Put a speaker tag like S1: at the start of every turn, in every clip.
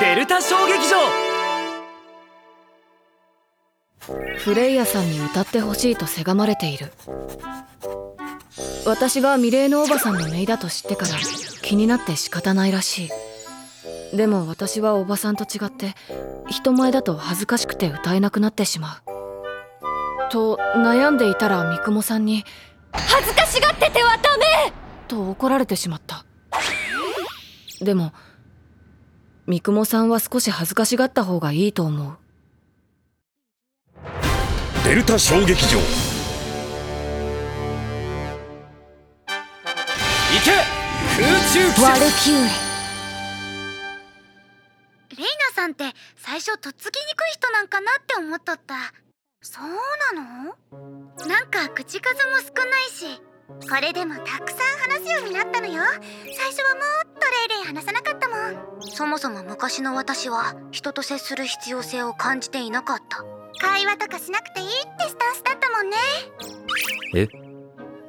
S1: デルタ小劇場
S2: フレイヤさんに歌ってほしいとせがまれている私がミレーヌおばさんの姪だと知ってから気になって仕方ないらしいでも私はおばさんと違って人前だと恥ずかしくて歌えなくなってしまうと悩んでいたら三雲さんに
S3: 恥ずかしがっててはダメ
S2: と怒られてしまったでも三雲さんは少し恥ずかしがった方がいいと思う
S4: デルタ小劇
S1: 行
S4: 場
S1: け空中騎
S3: ワ
S1: 士
S3: ルキューレ
S5: レイナさんって最初とっつきにくい人なんかなって思っとったそうなのなんか口数も少ないしこれでもたくさん話すようになったのよ最初はもっとレイレイ話さなかったもんそもそも昔の私は人と接する必要性を感じていなかった会話とかしなくていいってスタンスだったもんね
S6: え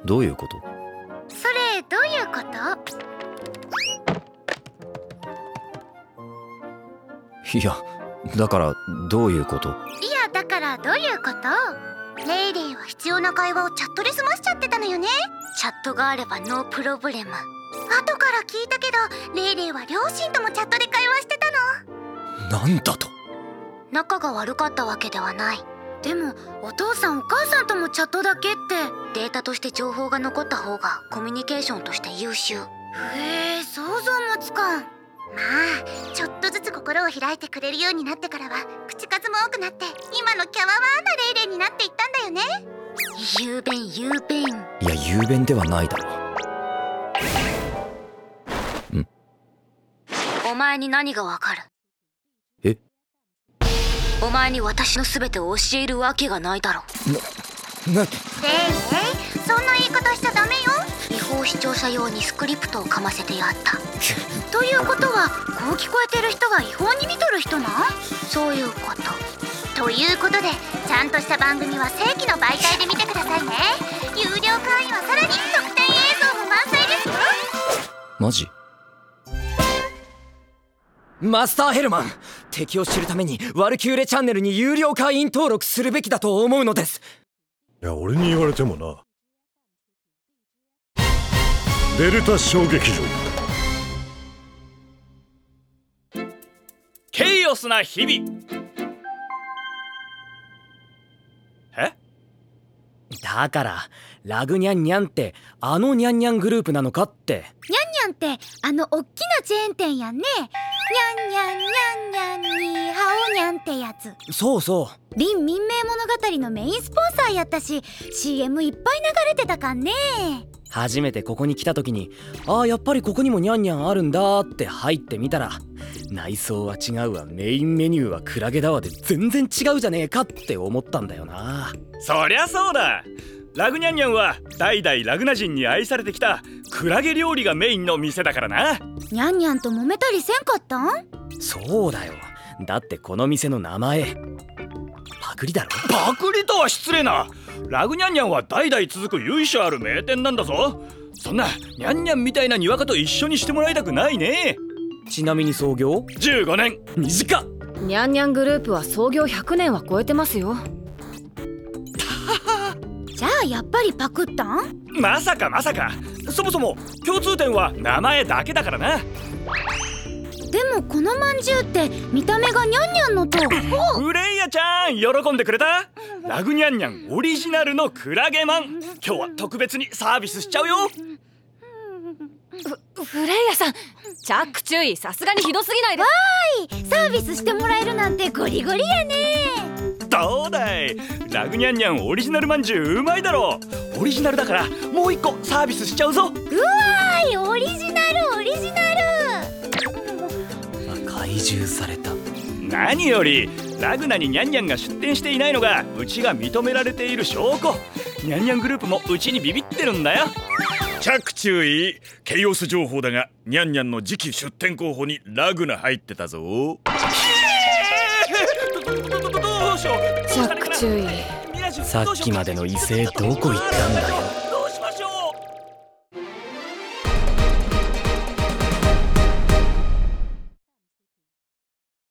S6: どういうこと
S5: それどういうこと
S6: いやだからどういうこと
S5: いやだからどういうことレイレイは必要な会話をチャットで済ましちゃってたのよねチャットがあればノープロブレム後から聞いたけどレイレイは両親ともチャットで会話してたの
S4: なんだと
S5: 仲が悪かったわけではないでもお父さんお母さんともチャットだけってデータとして情報が残った方がコミュニケーションとして優秀へえ想像もつかんまあちょっとずつ心を開いてくれるようになってからは口数も多くなって今のキャワワーなレイレイになっていったんだよね雄弁雄弁
S6: いや雄弁ではないだろ
S5: お前に何がわかる
S6: え
S5: お前に私の全てを教えるわけがないだろ
S4: な
S5: レイレイそんな言い方しちゃダメよ違法視聴者用にスクリプトをかませてやったということはこう聞こえてる人が違法に見とる人なんそういうことということでちゃんとした番組は正規の媒体で見てくださいね有料会員はさらに特典映像も満載ですよ
S6: マジ
S1: マスターヘルマン敵を知るためにワルキューレチャンネルに有料会員登録するべきだと思うのです
S4: いや俺に言われてもなデルタ小劇場
S7: ケイオスな日々え
S1: だからラグニャンニャンってあのニャンニャングループなのかって
S3: ニャンってあのおっきなチェーン店やんねニャンニャンニャンニャンにハオニャンってやつ
S1: そうそ
S3: 林民命物語のメインスポンサーやったし CM いっぱい流れてたかんね
S1: う初めてここに来た時にああやっぱりここにもニャンニャンあるんだって入ってみたら内装は違うわメインメニューはクラゲだわで全然違うじゃねえかって思ったんだよな
S7: そりゃそうだラグニャンニャンは代々ラグナ人に愛されてきたクラゲ料理がメインの店だからな
S3: ニャンニャンと揉めたりせんかったん
S1: そうだよだってこの店の名前パクリだろ
S7: パクリとは失礼なラグニャンニャンは代々続く由緒ある名店なんだぞそんなニャンニャンみたいなにわかと一緒にしてもらいたくないね
S1: ちなみに創業
S7: 15年
S1: 短っ
S2: ニャンニャングループは創業100年は超えてますよ
S3: じゃあやっぱりパクったん
S7: まさかまさかそもそも共通点は名前だけだからな
S3: でもこのまんじゅうって見た目がニャンニャンのと
S7: フレイヤちゃん喜んでくれたラグニャンニャンオリジナルのクラゲマン今日は特別にサービスしちゃうよ
S2: フレイヤさん着注意さすがにひどすぎないで
S3: サービスしてもらえるなんてゴリゴリやね
S7: どうだいラグニャンニャンオリジナルまんじゅううまいだろオリジナルだからもう一個サービスしちゃうぞ
S3: うわーいオリジナルオリジナル
S1: 怪獣された
S7: 何よりラグナにニャンニャンが出店していないのがうちが認められている証拠ニャンニャングループもうちにビビってるんだよ
S4: 着注意ケイオス情報だがニャンニャンの次期出店候補にラグナ入ってたぞ
S7: どどどどうしよう
S2: 着注意
S7: ミラジュ
S1: さっきまでの威勢どこ行ったんだよ